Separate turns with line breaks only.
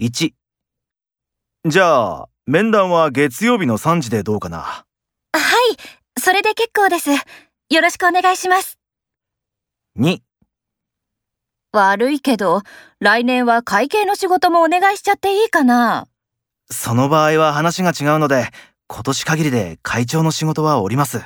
1じゃあ面談は月曜日の3時でどうかな
はい、それで結構です。よろしくお願いします。
2
悪いけど、来年は会計の仕事もお願いしちゃっていいかな
その場合は話が違うので今年限りで会長の仕事はおります